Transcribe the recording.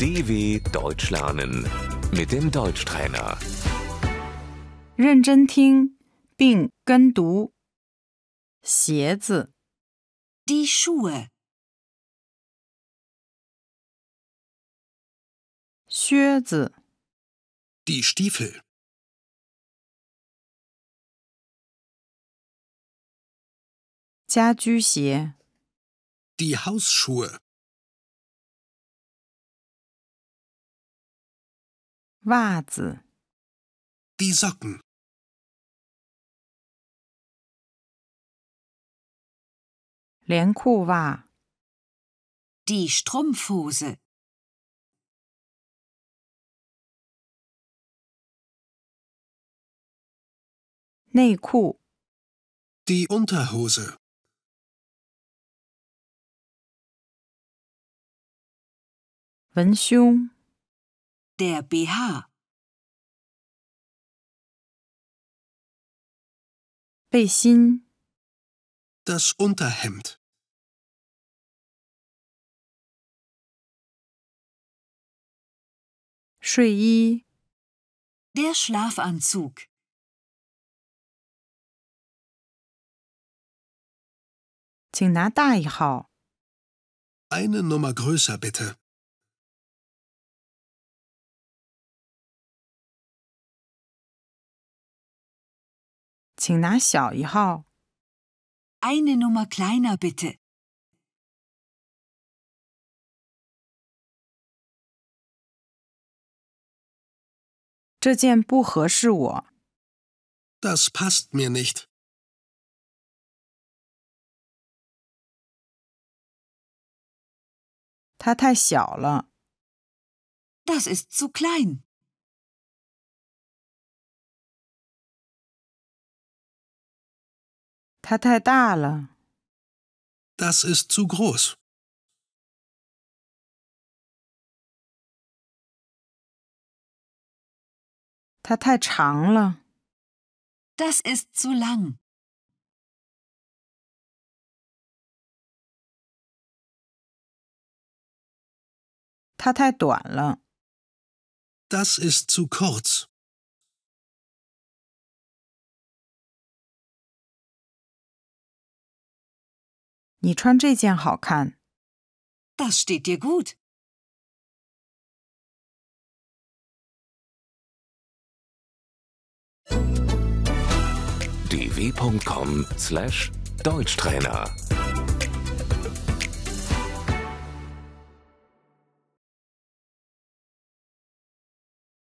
DW Deutsch lernen mit dem Deutschtrainer. 认真听并跟读。鞋子、 Die Schuhe, 靴子、 Die Stiefel. 家居鞋、 Die Hausschuhe. 袜子、 Die Socken. 连裤袜、 die Strumpfhose, 内裤、 Die Unterhose. 文胸、 der BH, 背心、 Das Unterhemd. 睡衣、 der Schlafanzug, “请拿大一号”、 Eine Nummer größer bitte. “请拿小一号”、 eine Nummer kleiner bitte, “这件不合适我”、 Das passt mir nicht. “它太小了”、 das ist zu klein, “它太大了”、 Das ist zu groß. “它太长了”、 das ist zu lang, “它太短了”、 Das ist zu kurz. “你穿这件好看”、 das steht dir gut, dw.com/deutschtrainer